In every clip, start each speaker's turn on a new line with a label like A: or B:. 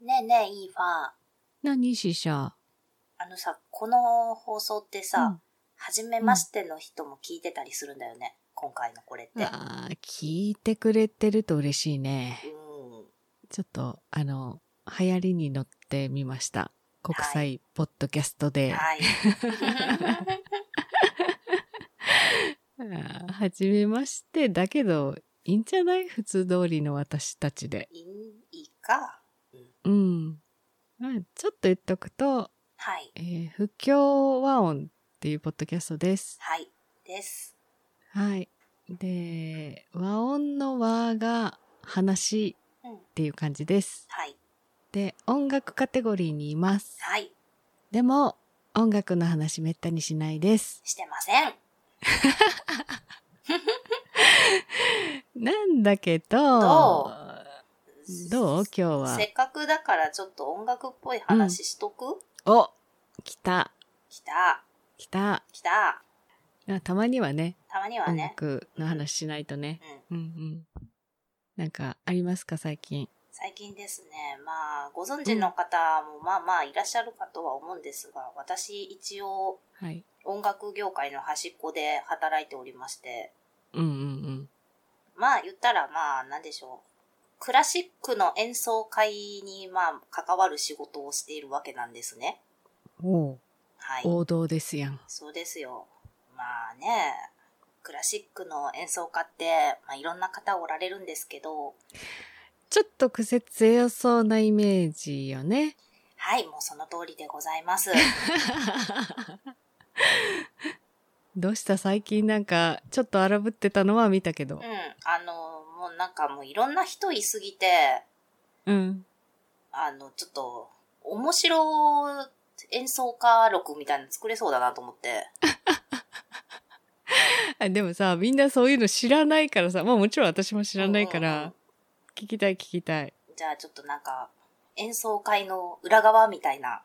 A: ねえねえ、イーファー。
B: 何死者
A: あのさ、この放送って
B: う
A: さ
B: ん、
A: 初めましての人も聞いてたりするんだよね。今回のこれって。
B: あー聞いてくれてると嬉しいね。
A: うん。
B: ちょっと、あの、流行りに乗ってみました。国際ポッドキャストで。
A: はい。
B: あーはじめまして。だけど、いいんじゃない普通通りの私たちで。
A: いんいいか。
B: うん。まあちょっと言っとくと、
A: はい。
B: えー不協和音っていうポッドキャストです。
A: はい。です。
B: はい。で、和音の和が話
A: うん。
B: っていう感じです。
A: はい。
B: で、音楽カテゴリーにいます。
A: はい。
B: でも、音楽の話めったにしないです。
A: してません。
B: なんだけど、
A: ど
B: どう今日は
A: せ。っかくだからちょっと音楽っぽい話しとく
B: お来た、
A: 来た。
B: 来た。
A: 来た。
B: あたまにはね、
A: たまには
B: 音
A: ね。
B: 楽の話しないとね。
A: うん。
B: うんうん。なんか、ありますか最近。
A: 最近ですね、まあ、ご存知の方もまあまあいらっしゃるかとは思うんですが、私一応
B: はい。
A: 音楽業界の端っこで働いておりまして、
B: うんうん
A: まあ言ったらまあなんでしょう。クラシックの演奏会にまあ関わる仕事をしているわけなんですね。
B: うん。おう
A: はい。
B: 王道ですやん。
A: そうですよ。まあね、クラシックの演奏家って、まあいろんな方おられるんですけど、
B: ちょっと癖強そうなイメージよね。
A: はい、もうその通りでございます。
B: どうした最近なんか、ちょっと荒ぶってたのは見たけど
A: うん。、あの、もうなんかもういろんな人いすぎて、
B: うん。
A: あの、ちょっと、面白演奏家録みたいなの作れそうだなと思って。
B: あでもさ、みんなそういうの知らないからさ、まあもちろん私も知らないか
A: うんうん
B: ら、聞きたい聞きたい。
A: うん。じゃあちょっとなんか、演奏会の裏側みたいな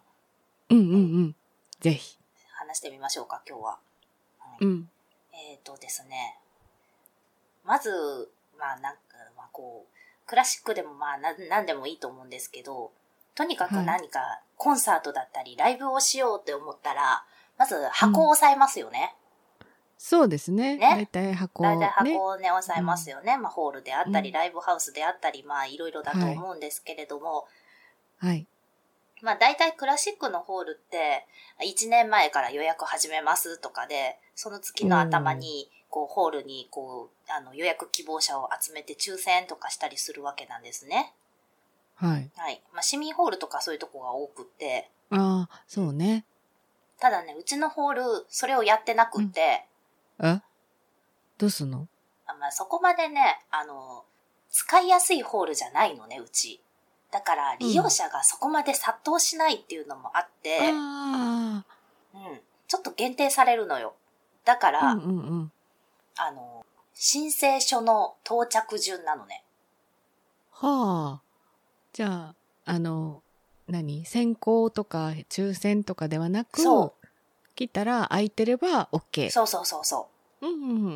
B: うんうんうん。ぜひ。
A: 話してみましょうか、今日は。
B: うん。
A: えっ、とですね。まず、まあなんか、まあこう、クラシックでもまあな何でもいいと思うんですけど、とにかく
B: はい
A: 何かコンサートだったりライブをしようって思ったら、まず箱を押さえますよね。
B: そうですね。
A: ね
B: だいたい箱
A: 大
B: ね。
A: 体箱をね、押さえますよね。まあホールであったり、
B: うん
A: ライブハウスであったり、まあいろいろだと思うんですけれども、
B: はい。
A: まあ大体クラシックのホールって、1年前から予約始めますとかで、その月の頭に、こう、ホールに、こう、あの、予約希望者を集めて抽選とかしたりするわけなんですね。
B: はい。
A: はい。まあ、市民ホールとかそういうとこが多くって、
B: ああ、そうね。
A: ただね、うちのホール、それをやってなくって、
B: えどうすんの
A: あまあ、そこまでね、あの、使いやすいホールじゃないのね、うち。だから、利用者がそこまで殺到しないっていうのもあって、
B: あ
A: うん。ちょっと限定されるのよ。だか
B: あ。
A: ら、
B: うんうんうん。
A: あの、申請書の到着順なのね。
B: はあ。じゃあ、あの、何選考とか抽選とかではなく、
A: そ
B: 来たら空いてれば OK。
A: そうそうそうそ
B: うんうんうんう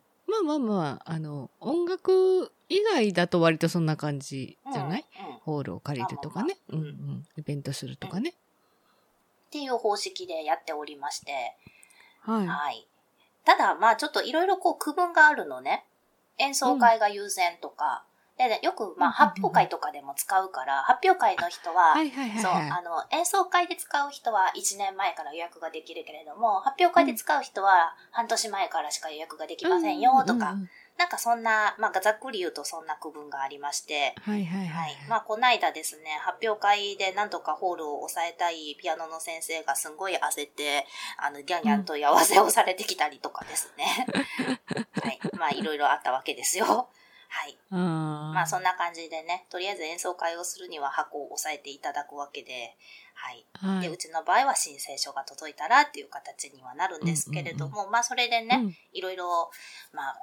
B: ん。まあまあまあ、あの、音楽以外だと割とそんな感じ
A: う。うん
B: じゃない、
A: うん。っ
B: ホールを借りるとかね。
A: まあ
B: うん
A: ま
B: う
A: あまあ
B: ん。イベントするとかね。
A: ていう方式でやっておりまして。
B: は
A: はい。ただ、まあちょっといろいろこう区分があるのね。演奏会が優先とか。でね、よくまあ
B: うんうんうん
A: 発表会とかでも使うから、発表会の人は、
B: い。はいはいはい
A: そう、
B: はい。
A: あの、演奏会で使う人は1年前から予約ができるけれども、発表会で使う人は半年前からしか予約ができませんよ、と
B: う
A: か
B: んう。んうん。
A: なんかそんな、まあざっくり言うとそんな区分がありまして。
B: はいはいは
A: はいい。。まあ、こないだですね、発表会で何とかホールを抑えたいピアノの先生がすんごい焦って、あの、ギャンギャンとやわせをされてきたりとかですね。はい。まあ、いろいろあったわけですよ。はい。
B: あー
A: まあ、そんな感じでね、とりあえず演奏会をするには箱を押さえていただくわけで、はい。
B: は
A: で、
B: いう
A: ちの場合は申請書が届いたらっていう形にはなるんですけれども、まあ、それでね、
B: うん
A: いろいろ、まあ、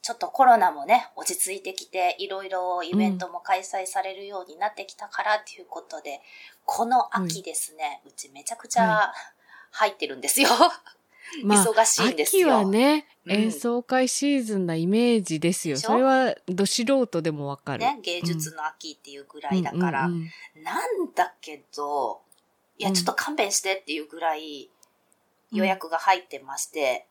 A: ちょっとコロナもね、落ち着いてきて、いろいろイベントも開催されるようになってきたからっていうことで、この秋ですね、うちめちゃくちゃ入ってるんですよ。
B: まあ、
A: 忙しいんですよ
B: 秋はね、
A: うん
B: 演奏会シーズンなイメージですよ。
A: でしょ
B: それは、ど素人でもわかる。
A: ね、芸術の秋っていうぐらいだから、
B: うんうんうん
A: なんだけど、いや、
B: うん
A: ちょっと勘弁してっていうぐらい予約が入ってまして、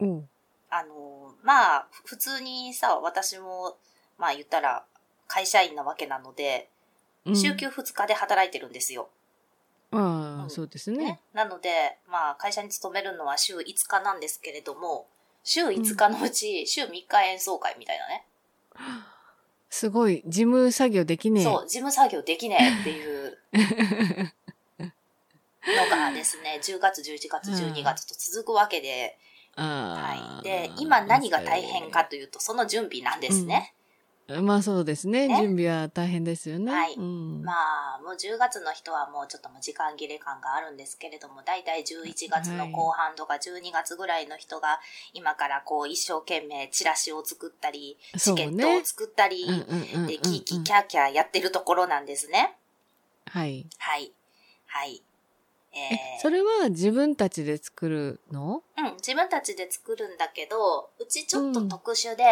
B: うん
A: あの、まあ、普通にさ、私も、まあ言ったら会社員なわけなので、
B: うん
A: 週休2日で働いてるんですよ。
B: あ
A: う
B: あ、
A: ん
B: そうです
A: ね
B: ね。、
A: なので、まあ、会社に勤めるのは週5日なんですけれども、週5日のうち、週3日演奏会みたいなね。
B: すごい、事務作業できねえ。
A: そう、事務作業できねえっていうのがです ね、10月、11月、12月と続くわけで、
B: あ
A: は
B: あ
A: い。で、今何が大変かというと、その準備なんですね。
B: まあそうですね。
A: ね
B: 準備は大変ですよね。
A: はい
B: うん
A: まあ、もう10月の人はもうちょっともう時間切れ感があるんですけれども、だいたい11月の後半とか12月ぐらいの人が、今からこう一生懸命チラシを作ったり、
B: そ
A: チケ
B: うね
A: ットを作ったり、
B: うんうんうんうん
A: で、キーキーキャーキャーやってるところなんですね。
B: はい。
A: はい。はい。
B: え、
A: えー
B: それは自分たちで作るの
A: うん、自分たちで作るんだけど、うちちょっと
B: うん
A: 特殊で、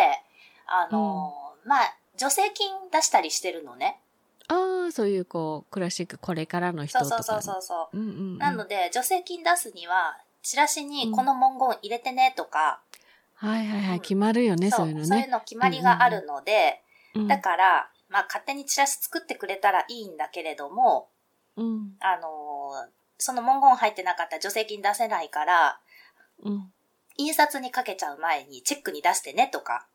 A: あのーまあ、助成金出したりしてるのね。
B: ああ、そういうこう、クラシックこれからの人
A: そう
B: とか
A: そ
B: ね。
A: うそうそうそう。
B: う。んうんうん。
A: なので、助成金出すには、チラシにこの文言入れてねとか、
B: はいはいは
A: うん
B: い。決まるよね、
A: そ
B: そうういうの
A: そういう
B: ね。
A: の決まりがあるので、
B: うん
A: だから、まあ、勝手にチラシ作ってくれたらいいんだけれども、
B: うん
A: あのーその文言入ってなかった助成金出せないから、
B: うん。
A: 印刷にかけちゃう前にチェックに出してねとか、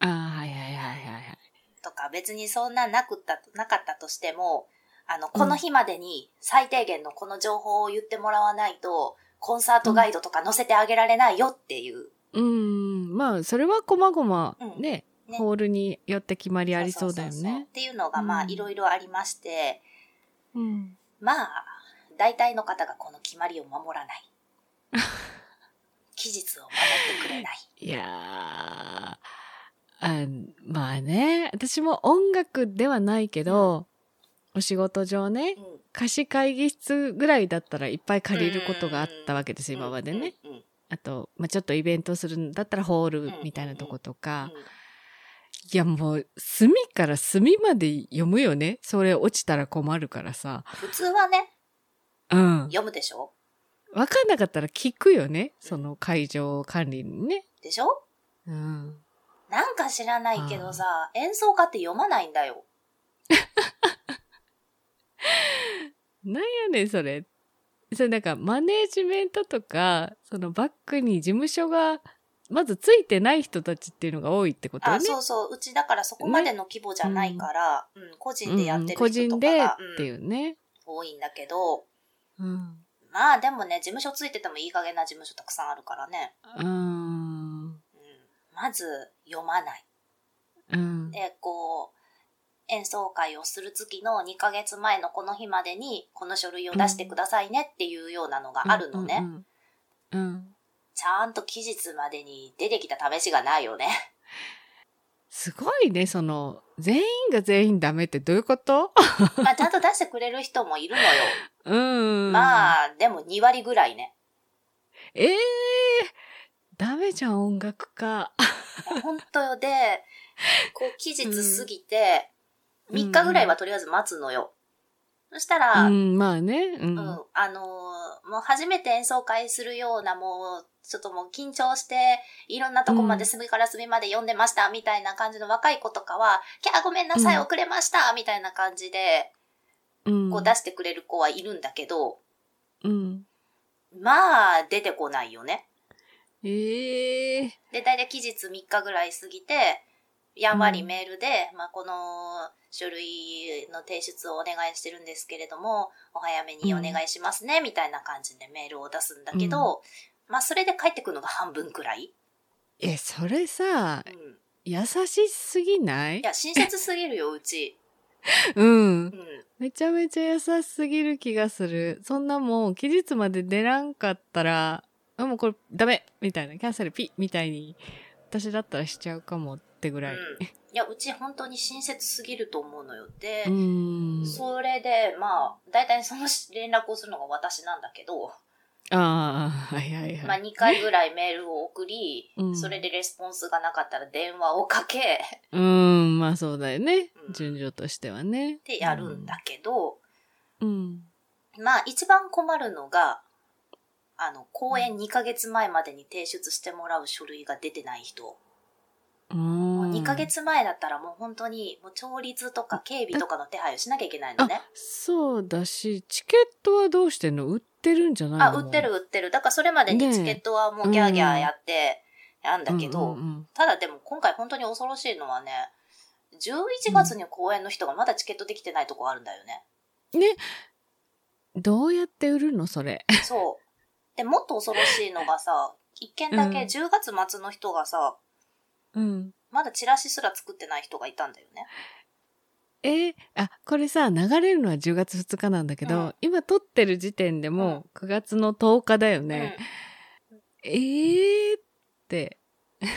B: ああ、はいはいはいはいはい。
A: とか別にそんななくった、なかったとしても、あの、この日までに最低限のこの情報を言ってもらわないと、コンサートガイドとか載せてあげられないよっていう。
B: うん。まあ、それはこまごま
A: うん
B: ね、
A: ね
B: ホールによって決まりありそうだよ
A: そそそそっ
B: ね。
A: ていうのがまあ
B: うん
A: いろいろありまして、
B: うん。
A: まあ、大体の方がこの決まりを守ら ない。期日を守ってくれない。
B: いやーあまあね私も音楽ではないけど、お仕事上ね
A: うん
B: 貸し会議室ぐらいだったらいっぱい借りることがあったわけです、 今までね、。
A: うんうんうん
B: あと、まあ、ちょっとイベントするんだったらホールみたいなとことか、いやもう隅から隅まで読むよねそれ落ちたら困るからさ
A: 普通はね、
B: うん
A: 読むでしょ
B: 分かんなかったら聞くよねその会場管理にね
A: でしょ
B: うん
A: なんか知らないけどさ、演奏家って読まないんだよ。
B: なんやねんそれ。それなんかマネージメントとかそのバックに事務所がまずついてない人たちっていうのが多いってことよ
A: あ、
B: ね。
A: そうそう。うちだからそこまでの規模じゃないから、うん、個人でやって
B: 個
A: る人
B: 人
A: と
B: で
A: か
B: っ
A: が、うん
B: ていうね。
A: 多いんだけど、
B: うん。
A: まあでもね、事務所ついててもいい加減な事務所たくさんあるからね。
B: うん。
A: うん、まず読まない。
B: うん。
A: で、こう、演奏会をする月の2ヶ月前のこの日までに、この書類を出してくださいねっていうようなのがあるのね。
B: うん。うんうん
A: ちゃんと期日までに出てきた試しがないよ ね。
B: すごいねその全員が全員ダメってどういうこと
A: まあ、ちゃんと出してくれる人もいるのよ。
B: うん。あ。
A: まあ、でも2割ぐらいね。
B: ええダメじゃん音楽家。
A: 本当よ。で、こう、期日過ぎて、
B: うん
A: 3日ぐらいはとりあえず待つのよ。そしたら、
B: うんまあね。う。
A: うんん、あのーもう初めて演奏会するような、もう、ちょっともう緊張して、いろんなとこまで
B: うん
A: 隅から隅まで読んでました、みたいな感じの若い子とかは、キャーごめんなさい、
B: うん
A: 遅れました、みたいな感じで、
B: うん
A: こう出してくれる子はいるんだけど、
B: うん。
A: まあ、出てこないよね。
B: ええ
A: で、大体期日3日ぐらい過ぎて、やんわり
B: うん
A: メールで、まあ、この書類の提出をお願いしてるんですけれども、お早めにお願いしますね、みたいな感じでメールを出すんだけど、まあ、それで帰ってくるのが半分くらい。
B: え、それさ
A: う、ん。
B: 優しすぎない
A: いや、親切すぎるよ、うち。
B: うん
A: う。ん。
B: めちゃめちゃ優しすぎる気がする。そんなもう、期日まで出らんかったら、あ、もうこれダメみたいな、キャンセルピッみたいに、私だったらしちゃうかもってぐ
A: う
B: らい。
A: ん。いや、うち本当に親切すぎると思うのよ。で
B: う、ん。
A: それで、まあ、大体その連絡をするのが私なんだけど、
B: ああ、はいはい
A: ま
B: は
A: あ、
B: い。
A: 2回ぐらいメールを送り、
B: うん
A: それでレスポンスがなかったら電話をかけ っ
B: うーん、まあそうだよね
A: う。ん
B: 順序としてはね。
A: てやるんだけど、
B: うん。
A: まあ一番困るのが、あの、公演2ヶ月前までに提出してもらう書類が出てない人。
B: うん。
A: もう
B: う
A: 2ヶ月前だったらもう本当に、もう調律とか警備とかの手配をしなきゃいけないのね。
B: そうだし、チケットはどうしてんの売ってるんじゃないの
A: あ、売ってる。売ってる。だからそれまでに
B: ねえ
A: チケットはもうギャーギャーやって、やんだけど、
B: うんうんうん
A: ただでも今回本当に恐ろしいのはね、11月に公演の人がまだチケットできてないとこあるんだよね。
B: どうやって売るのそれ。
A: そう。で、もっと恐ろしいのがさ、一件だけ
B: うん
A: 10月末の人がさ、
B: うん。
A: まだチラシすら作ってない人がいたんだよね。
B: えーあ、これさ、流れるのは10月2日なんだけど、
A: うん
B: 今撮ってる時点でもう9月の10日だよね。えーって。
A: うん。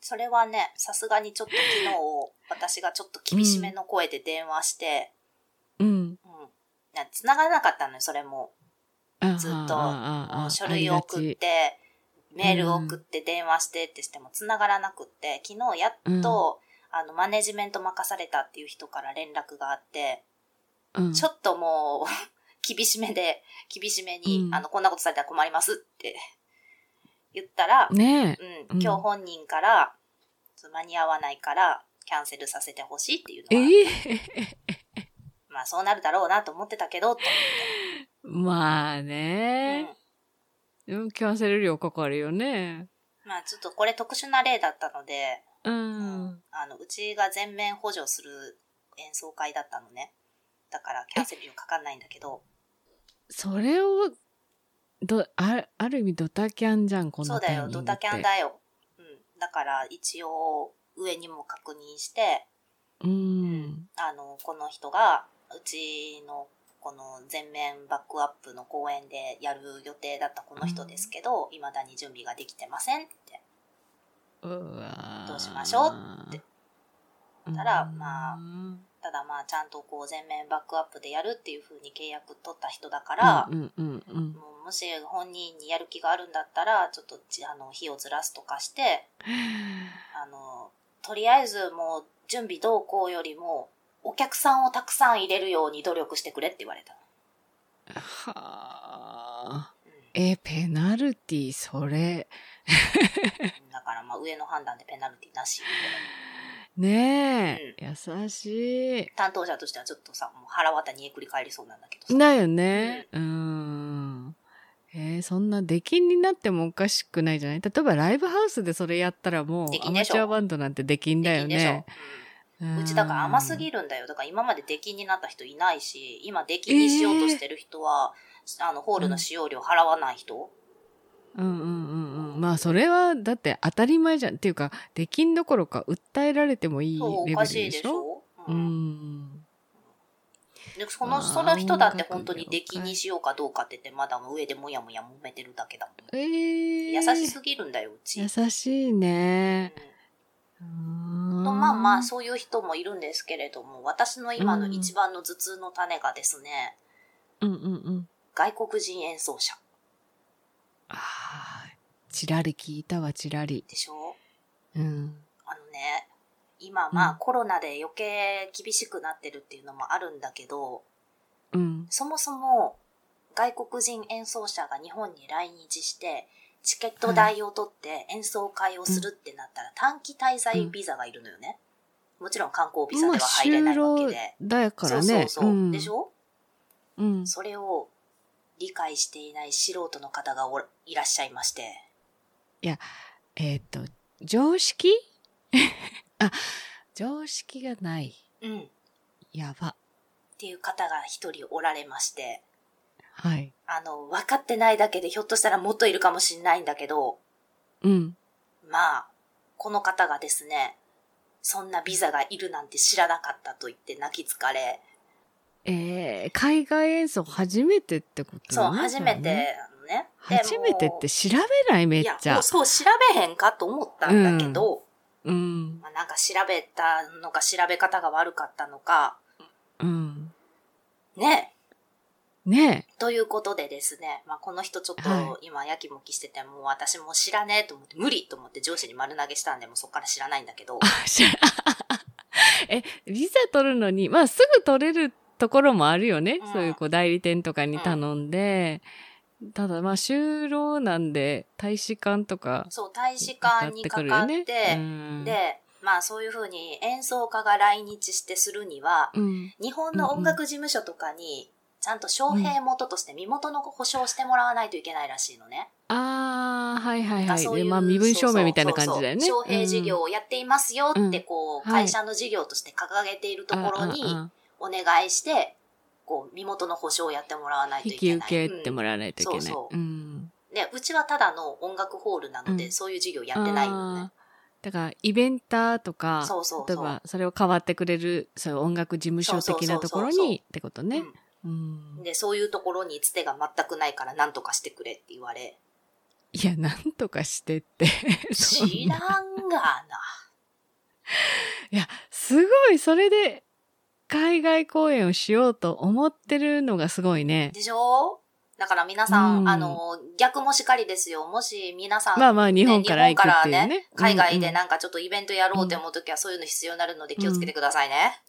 A: それはね、さすがにちょっと昨日、私がちょっと厳しめの声で電話して、
B: うん。
A: うん。な繋がらなかったのよ、それも。
B: あ
A: ずっと
B: ああああ
A: 書類を送っ
B: ありがち
A: て、メールを送って、電話してってしても繋がらなくって、昨日やっと、あの、マネジメント任されたっていう人から連絡があって、
B: うん
A: ちょっともう、 厳しめで、厳しめに、
B: うん
A: あの、こんなことされたら困りますって言ったら、
B: ね
A: うん、今日本人から、そう間に合わないから、キャンセルさせてほしいっていう
B: え。
A: のは、
B: え
A: まあそうなるだろうなと思ってたけど、と
B: ーまあ
A: うん
B: ね、うんキャンセル料かかるよね。
A: まあちょっとこれ特殊な例だったので、
B: うん。
A: あの、うちが全面補助する演奏会だったのね。だから、キャンセル料かかんないんだけど、
B: それを、ど、あある意味ドタキャンじゃん、この
A: そうだ
B: タイ
A: よ、
B: ミング
A: ド
B: って
A: タキャンだよ。うん。だから、一応、上にも確認して、
B: うん。
A: あの、この人が、うちの、この全面バックアップの公演でやる予定だったこの人ですけど、未だに準備ができてませんって。
B: うわー
A: どうしましょうってたらまあ
B: うん
A: ただまあ、ちゃんとこう、全面バックアップでやるっていう風に契約取った人だから、
B: うんうんうん
A: もうもし本人にやる気があるんだったら、ちょっとじあの日をずらすとか して、あの、とりあえずもう準備どうこうよりも、お客さんをたくさん入れるように努力してくれって言われた。
B: はあ。
A: うん
B: え、ペナルティ、それ。
A: だからまあ上の判断でペナルティなし。
B: ねえ、優し
A: 担当者としてはちょっとさ、もう腹渡にえくり返りそうなんだけど
B: い。
A: さ。
B: だよね。うーん。えーそんな出禁になってもおかしくないじゃない例えばライブハウスでそれやったらもう
A: 出
B: ア
A: 禁
B: マ
A: でし
B: チ
A: ょ
B: ュアバンドなんて出禁だ
A: でき
B: よ
A: んでしょ、
B: ね。
A: うん
B: う
A: うちだから甘すぎるんだよ。だから今まで出禁になった人いないし、今出禁にしようとしてる人は、あの、ホールの使用料払わない人、
B: うんうんうんうん。まあそれはだって当たり前じゃん。っていうか、出禁どころか訴えられてもいい
A: そう、
B: レ
A: お
B: ベ
A: か
B: ル
A: しい
B: で
A: でし
B: しょ
A: ょ、
B: う
A: うん
B: ん。
A: でそ
B: あ
A: の
B: ー
A: その人だって
B: 音楽
A: 本当に出禁にしようかどうかって言ってまだ上でもやもや揉めてるだけだもん、
B: えー、
A: 優しすぎるんだようち、うん
B: 優しいね。ま
A: とまあまあそういう人もいるんですけれども私の今の一番の頭痛の種がですね、
B: うんうんうん。
A: 外国人演奏者
B: ああ、ちらり聞いたわ、ちらり。
A: でしょ
B: うん。
A: あのね今ま
B: う
A: あコロナで余計厳しくなってるっていうのもあるんだけど
B: うん。
A: そもそも外国人演奏者が日本に来日して、チケット代を取って演奏会をするってなったら短期滞在ビザがいるのよね。もちろん観光ビザ
B: ま
A: で
B: あ、
A: は入れな
B: 就
A: いわけ
B: 労
A: で。
B: だからね。
A: そうそうそう。
B: ん
A: でしょ
B: うん。
A: それを理解していない素人の方がおらいらっしゃいまして。
B: えっ、と、常識 あ、常識がない。
A: うん。っ
B: やば。
A: ていう方が一人おられまして。
B: はい。
A: あの、分かってないだけでひょっとしたらもっといるかもしれないんだけど、
B: うん。
A: まあ、この方がですね、そんなビザがいるなんて知らなかったと言って泣きつかれ、
B: えー、海外演奏初めてってこと
A: そう、
B: なんだ
A: 初め
B: ね。
A: て、あのね。で
B: 初めてって、調べないめ
A: もう
B: っ
A: いや、
B: ち
A: も
B: ゃ
A: う。そう、調べへんかと思ったんだけど、
B: うん。
A: まあ、なんか調べたのか調べ方が悪かったのか、
B: うん。
A: ね、
B: ね
A: ということでですね、まあ、この人ちょっ
B: は
A: と今やきもきしてて、もう私もう知らねえと思って、無理と思って上司に丸投げしたんで、もうそっから知らないんだけど、
B: え。知らえ、 ビザ取るのに、まあすぐ取れるところもあるよね。
A: うん
B: そういうこう代理店とかに頼んで。ただまあ就労なんで大使館とか
A: そう、大使館にかかって、
B: うん、
A: で、まあそういうふうに演奏家が来日してするには、
B: うん、
A: 日本の音楽事務所とかに、ちゃんと招聘元として身元の保証をしてもらわないといけないらしいのね。
B: ああ、はいはい
A: が
B: はい。
A: そう
B: で
A: いう
B: まあ身分証明みたいな感じだよね。
A: そうそうそう招聘事業をやっていますよって、
B: うん
A: こう、
B: はい
A: 会社の事業として掲げているところに
B: あああ
A: お願いして、こう、身元の保証をやってもらわないと
B: 引
A: い
B: き
A: け
B: 受
A: ない。
B: けても
A: ら
B: らわないといけない。
A: うんそうそ
B: ん
A: うんで、うちはただの音楽ホールなので、
B: うん
A: そういう事業やってないのね。
B: あーだから、イベンターとか、
A: そうそう
B: 例え
A: そ
B: ば、それを代わってくれる、そういう音楽事務所的なとこ
A: そうそうそ
B: ろ
A: うそう
B: に、ってこと
A: う。
B: ね。
A: う
B: うん
A: ん。で、そういうところにつてが全くないから何とかしてくれって言われ、
B: いや、なんとかしてって。そん
A: 知
B: な
A: らんがな。
B: すごい、それで、海外公演をしようと思ってるのがすごいね。
A: でしょだから皆さん、
B: うん
A: あの、逆もしかりですよ。もし皆さん、
B: まあまあ、日本から行くってい
A: 日本
B: う
A: から
B: ね。
A: 海外で
B: な。
A: なんかちょっとイベントやろうって思うときはそういうの必要になるので気をつけてくださいね。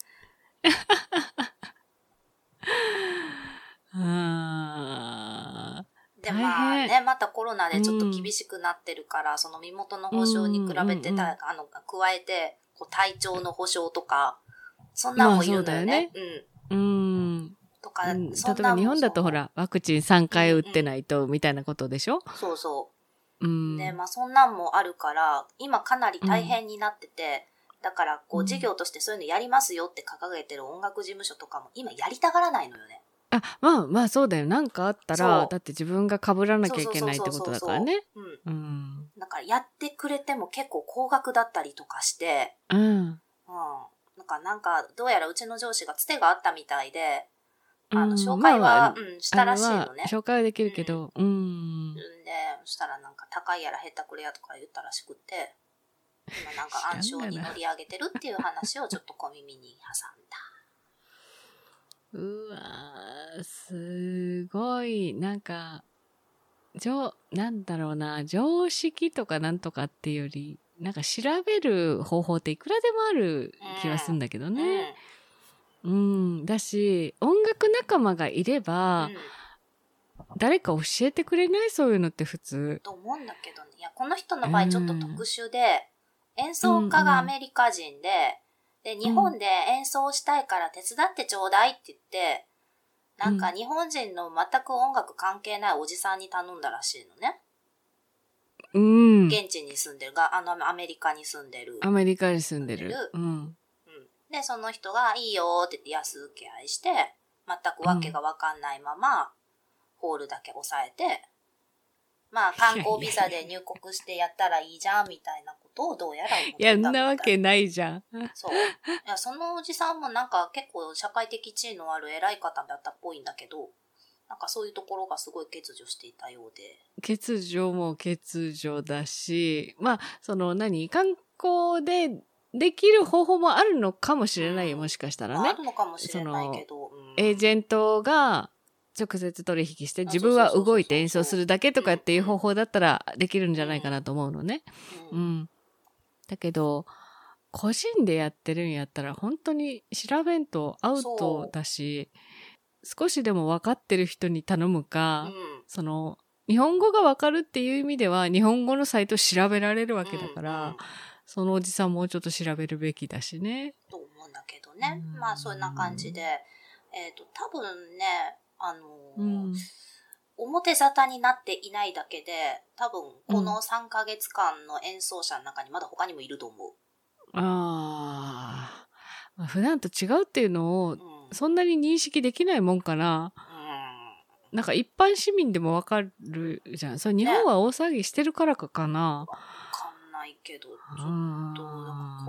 B: あ
A: で、
B: 大変
A: まあね、またコロナでちょっと厳しくなってるから、その身元の保証に比べてた、
B: うんうんうんうん
A: あの、加えて、こう体調の保証とか、そんなんもいるんだよね。うん。
B: ーうん。
A: とか、
B: うん例
A: そん
B: え
A: な
B: ば
A: んも
B: 日本だとほら、ワクチン3回打ってないと、みたいなことでしょ
A: そう。そうそう。
B: うん。
A: で、まあそんなんもあるから、今かなり大変になってて、だからこ
B: う
A: うん事業としてそういうのやりますよって掲げてる音楽事務所とかも今やりたがらないのよね。
B: あ、まあまあそうだよ。なんかあった
A: そ
B: ら
A: う、
B: だって自分が被らなきゃいけないってことだからね。
A: うん。
B: うん。
A: だからやってくれても結構高額だったりとかして、
B: うん。
A: うん。なんか、なんか、どうやらうちの上司がつてがあったみたいで、あ
B: うん
A: の、紹介
B: まあ
A: は、
B: まあ
A: うん、したらしい
B: あれ
A: の
B: は
A: ね。
B: 紹介はできるけど、うん
A: うん。で、そしたらなんか、高いやらへったくれやとか言ったらしくて、今なんか暗
B: 知
A: 礁
B: らんがな
A: に乗り上げてるっていう話をちょっと小耳に挟んだ。
B: うわーすごい、なんか、上、なんだろうな、常識とかなんとかっていうより、なんか調べる方法っていくらでもある気はするんだけどね。うん、だし、音楽仲間がいれ
A: うん。
B: ば、
A: うん
B: 誰か教えてくれないそういうのって普通。
A: と思うんだけどね。いや、この人の場合ちょっと特殊で、演奏家がアメリカ人で、で、日本で演奏したいから手伝ってちょうだいって言って、なんか
B: う
A: 日本人の全く音楽関係ないおじさんに頼んだらしいのね。
B: うん。
A: 現地に住んでるが、あの、アメリカに住んでる。
B: アメリカに住んでる。
A: 住んでる
B: うん。
A: うんで、その人がいいよって言って安請け合いして、全くわけがわかんないまま、ホールだけ押さえて、まあ観光ビザで入国してやったらいいじゃんみたいなことをどうやら思って
B: い
A: た
B: や、
A: み
B: ん
A: たい
B: なわけないじゃん。
A: そう。いや、そのおじさんもなんか結構社会的地位のある偉い方だったっぽいんだけど、なんかそういうところがすごい欠如していたようで。
B: 欠如も欠如だし、まあ、その何、観光でできる方法もあるのかもしれないよ、
A: うん
B: もしかしたら
A: まああ
B: ね。
A: るのかもしれないけど、うん
B: エージェントが直接取引して
A: あ
B: 自分
A: そう
B: は
A: そうそうそう
B: 動いて演奏するだけとかっていう方法だったらできるんじゃないかなと思うのね。
A: う
B: うんん。だけど、個人でやってるんやったら本当に調べんとアウトだし、少しでも分かってる人に頼むか、
A: うん
B: その、日本語が分かるっていう意味では、日本語のサイト調べられるわけだから、
A: うんうん
B: そのおじさんもうちょっと調べるべきだしね。
A: と思うんだけどね
B: う。ん
A: まあそんな感じで、えっ、と多分ね、あのー
B: うん。
A: 表沙汰になっていないだけで、多分この3ヶ月間の演奏者の中にまだ他にもいると思う。
B: ああ。普段と違うっていうのを
A: う、ん。
B: そんなに認識できないもんかな。
A: う
B: なんか一般市民でもわかるじゃん。それ日本は大騒ぎしてるからかかな。
A: ん。わかんないけど、ち
B: う
A: ょっ
B: ん
A: と、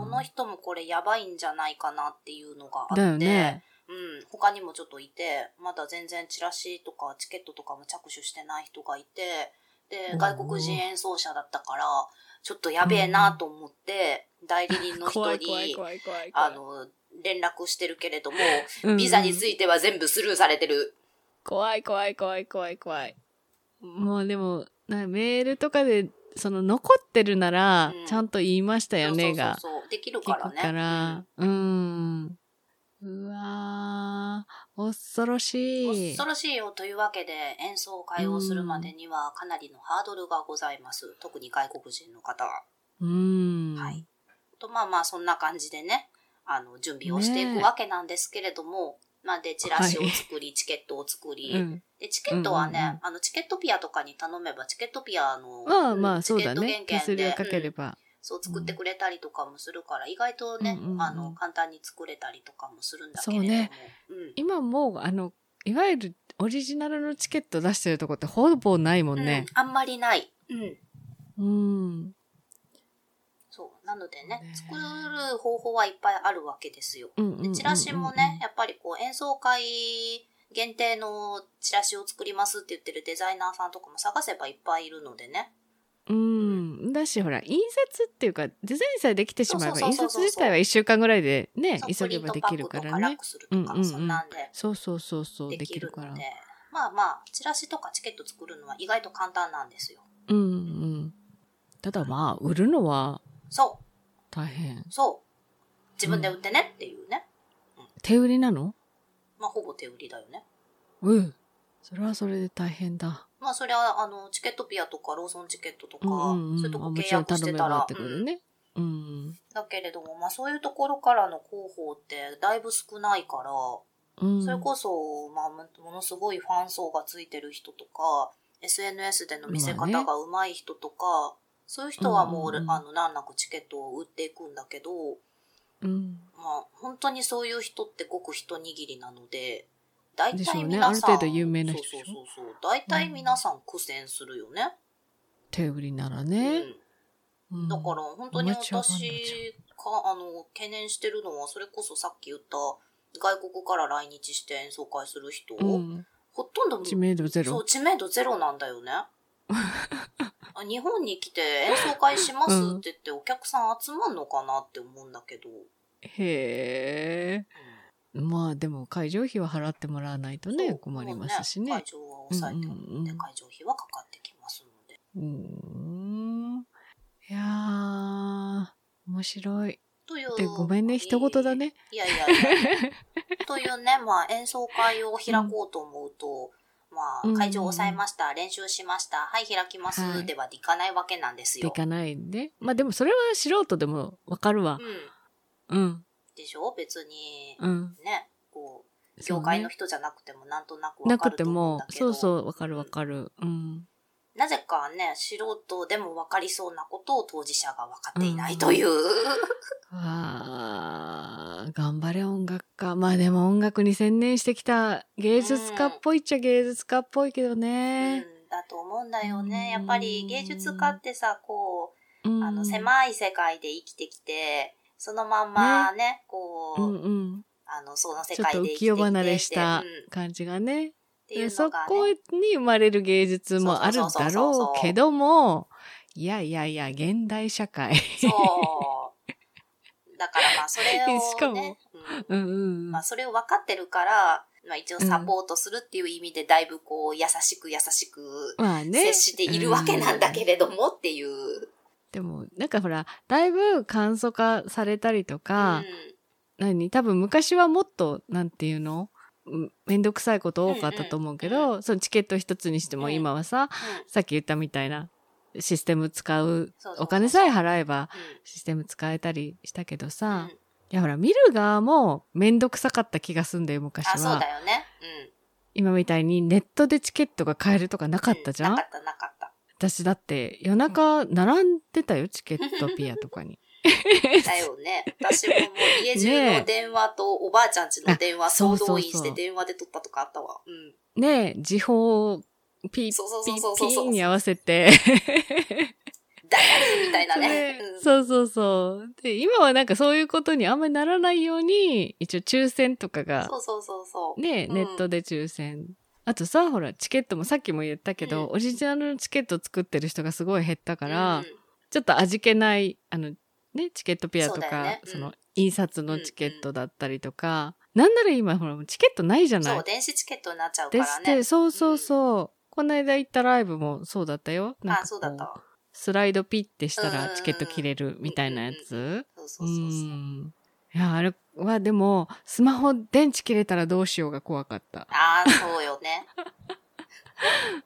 A: この人もこれやばいんじゃないかなっていうのがあって。
B: だよね。
A: うん、他にもちょっといて、まだ全然チラシとかチケットとかも着手してない人がいて、で、
B: おー
A: 外国人演奏者だったから、ちょっとやべえなと思って、代理人の人
B: 怖い怖い
A: に、
B: 怖い怖い怖
A: あ
B: い。
A: の、連絡してるけれども、
B: うん、
A: ビザについては全部スルーされてる。
B: 怖い怖い怖い怖い怖い。もうでも、なメールとかで、その残ってるなら
A: うん、
B: ちゃんと言いましたよねが。
A: そうそうそうそうできる
B: 聞
A: から
B: く
A: ね。
B: から、うん。うわー、恐ろしい
A: 恐。ろしいよというわけで演奏会をするまでにはかなりのハードルがございます特に外国人の方は。
B: うん。
A: はい、とまあまあそんな感じでねあの準備をしていくわけなんですけれども、まあ、でチラシを作り、チケットを作り、
B: うん。
A: でチケットはね、
B: うんうんうん
A: あのチケットピアとかに頼めばチケットピアの、
B: まあ
A: うん
B: まあ、そうだ
A: チケ
B: ね
A: ッ。ト
B: 手
A: 原
B: 数
A: 券で
B: 料かけれ
A: うん
B: ば。
A: そう作ってくれたりとかもするから意外とね、
B: うんうんうん
A: あの簡単に作れたりとかもするんだけれども
B: そうね
A: うん、
B: 今もう、あの、いわゆるオリジナルのチケット出してるとこってほぼないもんね
A: う。んあんまりない。うん
B: うん。
A: そう。なのでね
B: ね、
A: 作る方法はいっぱいあるわけですよ。
B: うんうんうんう
A: で
B: ん。
A: チラシもね、やっぱりこう演奏会限定のチラシを作りますって言ってるデザイナーさんとかも探せばいっぱいいるのでね。
B: うん。だし、ほら、印刷っていうか、デザインさえできてしまえば、
A: そう
B: 印
A: そうそうそ
B: 刷
A: う
B: 自体は1週間ぐらいでね
A: そ、う
B: 急げばできるか
A: プリントパックとか。
B: らね
A: 楽するとか、
B: うんうんうん
A: そんなんで
B: そうそうそうそう、
A: で
B: で
A: き
B: きる
A: る
B: か
A: の
B: ら
A: で。。まあまあ、チラシとかチケット作るのは意外と簡単なんですよ。
B: うんうん。ただまあ、売るのは
A: そ
B: 大変。
A: う、そう。自分で売ってねっていうね。
B: 手売りなの
A: まあほぼ手売りだよね。
B: うん。それはそれで大変だ。
A: まあそれはあのチケットピアとかローソンチケットとか、
B: うんうんうん。
A: そういうとこ
B: あも
A: 契
B: ちろん
A: 約
B: 頼
A: して
B: め
A: た
B: ば
A: ら
B: っ、て
A: う
B: こと
A: ん
B: ね。うん。
A: だけれども、まあ、そういうところからの広報ってだいぶ少ないから、
B: うん。
A: それこそ、まあ、もものすごいファン層がついてる人とか SNS での見せ方がうまい人とか、そういう人はもう、
B: うんうんうん
A: あの難なくチケットを売っていくんだけど、
B: うん。
A: まあ、本当にそういう人ってごく一握りなので大
B: でしょ
A: 体
B: うね
A: 皆さん、
B: ある程度有名な人でし
A: そう
B: ょ
A: そうそうそう大体皆さん苦戦するよね。
B: 手売りなら
A: う
B: ね。
A: ん
B: うん
A: だから本当に私
B: ア
A: が
B: マチュア版になっち
A: あの懸念してるのはそれこそさっき言った外国から来日して演奏会する人、
B: うん。
A: ほとんど
B: 知名度ゼ
A: そう
B: ロ。
A: 知名度ゼロなんだよ ねあ日本に来て演奏会しますって言ってお客さん集まんのかなって思うんだけど、
B: へえ。まあでも会場費は払ってもらわないとね、
A: そう
B: 困りますしね
A: もう。会場は抑えておく
B: うん
A: の
B: うんう
A: で
B: ん
A: 会場費はかかってきますので、
B: うーん。いやー、面白い。
A: という
B: で、ごめんね、一言だね。
A: いやい やいや。というね、まあ、演奏会を開こうと思うと、
B: う
A: ま
B: ん
A: あ、会場を抑えました、練習しました、はい、開きます、
B: はい
A: ではいかないわけなんです
B: で
A: よ。
B: かないんで。まあでもそれは素人でもわかるわ
A: う。ん。
B: うん。
A: でしょ別に、
B: うん。
A: ね、こう、
B: そう
A: 業
B: ね
A: 界の人じゃなくても、なんとなくわ
B: な
A: か
B: く
A: る
B: て
A: と思うん
B: も
A: だ、けど。
B: そうそう、わかるわかる。うん。
A: なぜかね、素人でもわかりそうなことを当事者が分かっていないという。
B: あー頑張れ音楽家。まあでも音楽に専念してきた芸術家っぽいっちゃ芸術家っぽいけど
A: うん
B: ね。
A: だと思うんだよね。やっぱり芸術
B: うん
A: 家ってさ、こう、
B: うん、
A: あの、狭い世界で生きてきて、そのまんまね、こう、
B: うんうん。
A: あの、その世
B: ちょっ
A: 界
B: と
A: で生
B: 浮
A: きてきて
B: 世
A: って、
B: 離れした
A: うんっ
B: 感じがね。
A: ていう
B: そ
A: の
B: こ
A: が、ね、
B: に生まれる芸術もあるだろうけども、いやいやいや、現代 社会。
A: そう。だからまあ、それを、ね、
B: しかも
A: う
B: うんんうんうん
A: まあ、それを分かってるから、まあ一応サポートするっていう意味で、だいぶこう、優しく優しく
B: まあ
A: 接。
B: ね
A: しているわけなんだけれどもっていう。
B: でも、なんかほら、だいぶ簡素化されたりとか、何多分昔はもっと、なんていうのうんめんどくさいこと多かったと思うけど、
A: うん
B: そのチケット一つにして
A: う
B: も
A: ん
B: 今はさ、さっき言ったみたいなシステム使う、お金
A: え、
B: さえ払えば
A: うん
B: システム使えたりしたけどさ、
A: うん
B: いやほら、見る側もめんどくさかった気がすんだよ、昔
A: あ、そう
B: は。
A: だよね。うん。
B: 今みたいにネットでチケットが買えるとかなかったじゃん、
A: なかった、なかった。
B: 私だって夜中並んでたよ、チケットピアと かに。
A: だよね。私ももう家中の電話とおばあちゃんちの電話総動員
B: そう
A: し
B: そう
A: て
B: そう
A: 電話で取ったとかあったわ。うん。
B: ねえ、時報をピッ
A: そうそう
B: ピ
A: そうそ
B: ッ
A: う
B: ピ
A: そうそ
B: ー
A: う。
B: に合わせて。
A: ダイヤルみたいなね。うん
B: そうそうそう。で、今はなんかそういうことにあんまりならないように、一応抽選とかが、
A: そうそうそうそう。
B: ねえ、
A: うん
B: ネットで抽選。あとさ、ほら、チケットもさっきも言ったけど、
A: うん
B: オリジナルのチケット作ってる人がすごい減ったから、
A: うん
B: ちょっと味気ない、あの、ね、チケットピアと
A: そうだよ
B: か
A: ね、
B: そ,、
A: うん
B: の、印刷のチケットだったりとか、なんなら今、ほら、チケットないじゃない
A: そう、電子チケットになっちゃうか
B: で
A: ら
B: し
A: ね
B: て、。そうそうそう。この間行ったライブもそうだったよ。なんかこ
A: あ、そうだったわ。
B: スライドピッてした
A: うんうん
B: ら
A: うん
B: チケット切れるみたいなやつ。
A: そうそううそうそう。
B: ん。いや、あれはでも、スマホ電池切れたらどうしようが怖かった。
A: ああ、そうよ ね。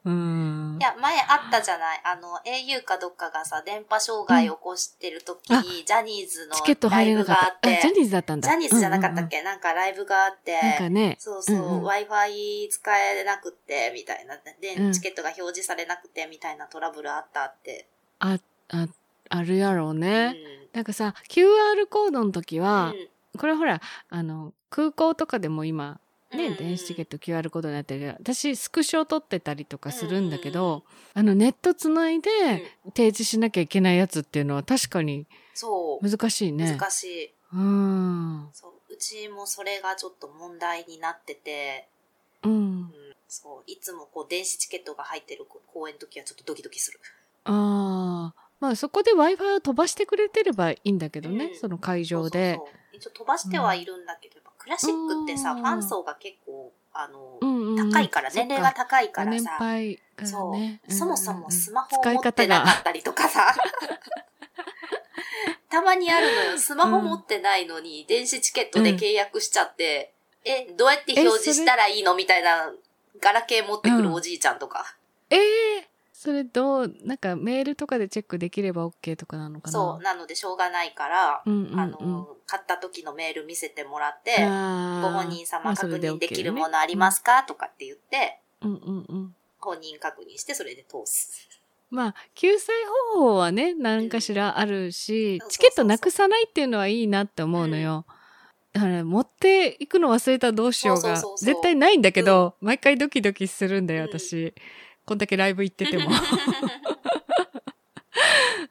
B: うん
A: い。や、前あったじゃない。あの、au かどっかがさ、電波障害を起こしてる時
B: うんあ
A: に、ジャニーズ
B: チケット
A: のラ
B: 入
A: イ
B: れ
A: ブ
B: なかっ。
A: があった
B: あ
A: て、
B: ジャニーズだったんだ。
A: ジャニーズじゃなかったっ
B: け、
A: け、なんかライブがあって、
B: なんかね。
A: そうそう、
B: うんうん
A: Wi-Fi 使えなくて、みたいな。で、
B: うん
A: チケットが表示されなくて、みたいなトラブルあったって。
B: あ、あ、あるやろう
A: う
B: ね。
A: ん
B: なんかさ、QR コードの時は、
A: うん
B: これほら、あの、空港とかでも今、ね、
A: うん
B: 電子チケット QR コードになってるけど私スクショ撮ってたりとかするんだけど、あのネットつないで提示しなきゃいけないやつっていうのは確かに
A: そう、
B: 難しいね。
A: 難しい。
B: うん。
A: そう、うちもそれがちょっと問題になってて、
B: うん。
A: そう、いつもこう電子チケットが入ってる公演の時はちょっとドキドキする。
B: ああ。まあそこで Wi-Fi を飛ばしてくれてればいいんだけどね、
A: うん
B: その会場で。
A: そうそうそう一応飛ばしてはいるんだけど、やっぱクラシックってさ、
B: うん
A: ファン層が結構、あの、
B: うんうんうん
A: 高いから、年齢が高いか
B: ご
A: ら
B: 年
A: さ、
B: 配からね。
A: そう、
B: んんん
A: そもそもスマホを
B: 使い
A: 持って
B: 方
A: な
B: が
A: かったりとかさ。たまにあるのよ。スマホ持ってないのに、電子チケットで契約しちゃって、え、どうやって表示したらいいのみたいな、ガラケー持ってくるおじいちゃんとか。
B: ええそれどう、なんかメールとかでチェックできれば OK とかなのかな
A: そう、なのでしょうがないから、
B: うんうんうん、
A: あの、買った時のメール見せてもらって、
B: あー
A: ご本人
B: ま
A: 様
B: あそ
A: 確
B: れ OK
A: 認できるものありますかとかって言って、
B: うんうんうん。
A: 本人確認してそれで通す。
B: まあ、救済方法はね、何かしらあるし
A: うん、
B: チケットなくさないっていうのはいいなって思うのよ。だから、持っていくの忘れたらどうしよう
A: そう
B: が、
A: そうそうそう
B: 絶対ないんだけど、毎回ドキドキするんだよ、私。こんだけライブ行ってても。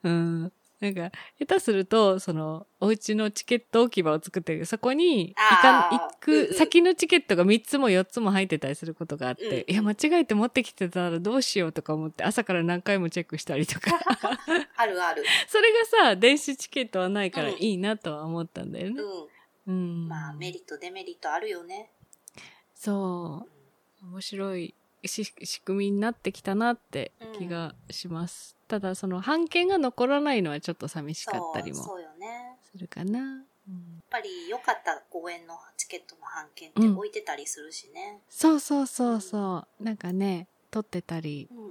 B: うん。なんか、下手すると、その、お家のチケット置き場を作って、そこに行
A: あ
B: かん、
A: ー
B: 行
A: うんう
B: く
A: ん
B: 先のチケットが3つも4つも入ってたりすることがあっ
A: うんうん
B: て、いや、間違えて持ってきてたらどうしようとか思って、朝から何回もチェックしたりとか。
A: あるある。
B: それがさ、電子チケットはないから
A: うん
B: いいなとは思ったんだよね。
A: う
B: うん。
A: ん。まあ、メリット、デメリットあるよね。
B: そう。面白いし仕組みになってきたなって気がします。ただ、その、判券が残らないのはちょっと寂し
A: そ
B: か
A: う
B: ったりも
A: そうよね。やっ
B: するかな。うん
A: ぱり良かった公演のチケットの半券って置いてたりするしね。
B: そうそうそうそう。なんかね、撮ってたり。
A: うん。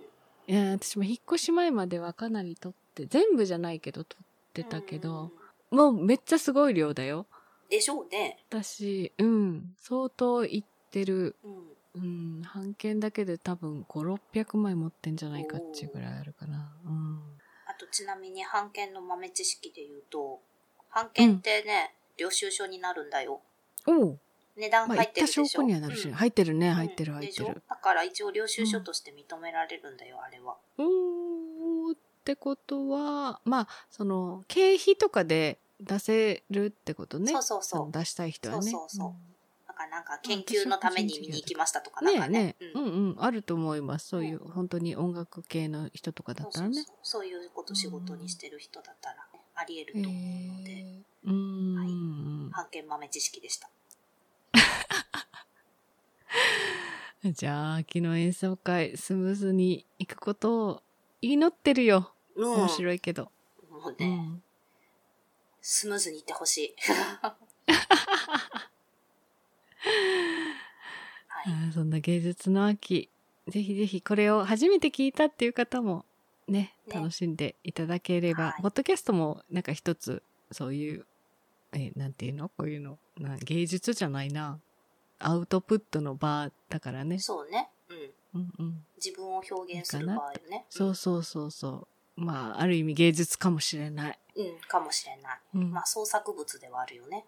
B: いや、私も引っ越し前まではかなり撮って、全部じゃないけど撮ってたけ
A: うん
B: ど、。もうめっちゃすごい量だよ。
A: でしょうね。
B: 私、うん、相当行ってる。
A: うん。
B: うん、半券だけで多分5、600枚持ってんじゃないかっていうぐらいあるかな。うん。
A: あと、ちなみに半券の豆知識で言うと、半券ってね、領収書になるんだよ。
B: おう
A: 値段
B: まあ、
A: 入
B: 行
A: っ
B: って
A: る
B: た
A: でしょ。
B: 証拠にはなるし、
A: うん
B: 入ってるね、
A: うん
B: 入ってる、入
A: で
B: っ
A: してょ
B: る。
A: だから一応領収書として認められるんだよ、あれは。
B: おーってことは、まあ、その、経費とかで出せるってことね。
A: そうそうそう。
B: 出したい人はね。
A: そうそうそう
B: うん
A: なんか、なんか、研究のために見に行きましたとか、な
B: ね
A: ん
B: え
A: か
B: ね
A: ね。
B: え、
A: う
B: うんんうん、あると思います。そういう、本当に音楽系の人とかだったらね
A: そう。そうそうそういうこと仕事にしてる人だったらね、ありえると思うので、
B: へえうーん、
A: はい
B: うん
A: 判券豆知識でした。
B: じゃあ、秋の演奏会、スムーズに行くことを祈ってるよ。
A: うん
B: 面白いけど。
A: もう
B: う
A: ね、
B: ん
A: スムーズにいってほし い。はい。
B: あーそんな芸術の秋。ぜひぜひこれを初めて聞いたっていう方もね、
A: ね
B: 楽しんでいただければ、
A: はい
B: ポッドキャストもなんか一つ、そういう、えーなんていうのこういうの。な芸術じゃないな。アウトプットの場だからね。
A: そうね。うん。
B: うんうん。
A: 自分を表現する場合ね。
B: そうそうそうそう。まあ、ある意味芸術かもしれない。
A: うん。うん、かもしれない。
B: うん
A: まあ、創作物ではあるよね。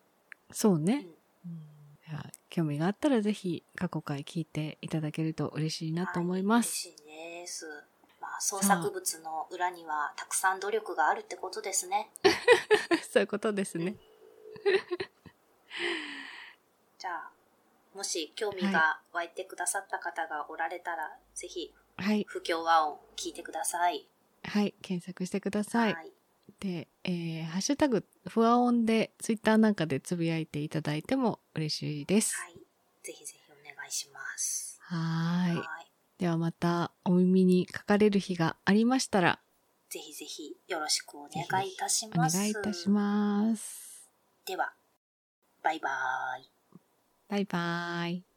B: そう
A: うん
B: ね。。うんいや興味があったらぜひ過去回聞いていただけると嬉しいなと思います。
A: はい、嬉しいです。まあ、創作物の裏にはたくさん努力があるってことですね。
B: そういうことですね。
A: じゃあ、もし興味が湧いてくださった方がおられたら、ぜひ、
B: はい。
A: 不協和音聞いてください。
B: はい。検索してください。
A: はい。
B: で、えーハッシュタグ、ふわおんで、ツイッターなんかでつぶやいていただいても嬉しいです。
A: はい。ぜひぜひお願いします。
B: はーい。
A: はい
B: ではまた、お耳にかかれる日がありましたら、
A: ぜひぜひよろしくお願いいたし
B: お
A: ます。
B: 願いいたします。
A: では、バイバーイ。
B: バイバイ。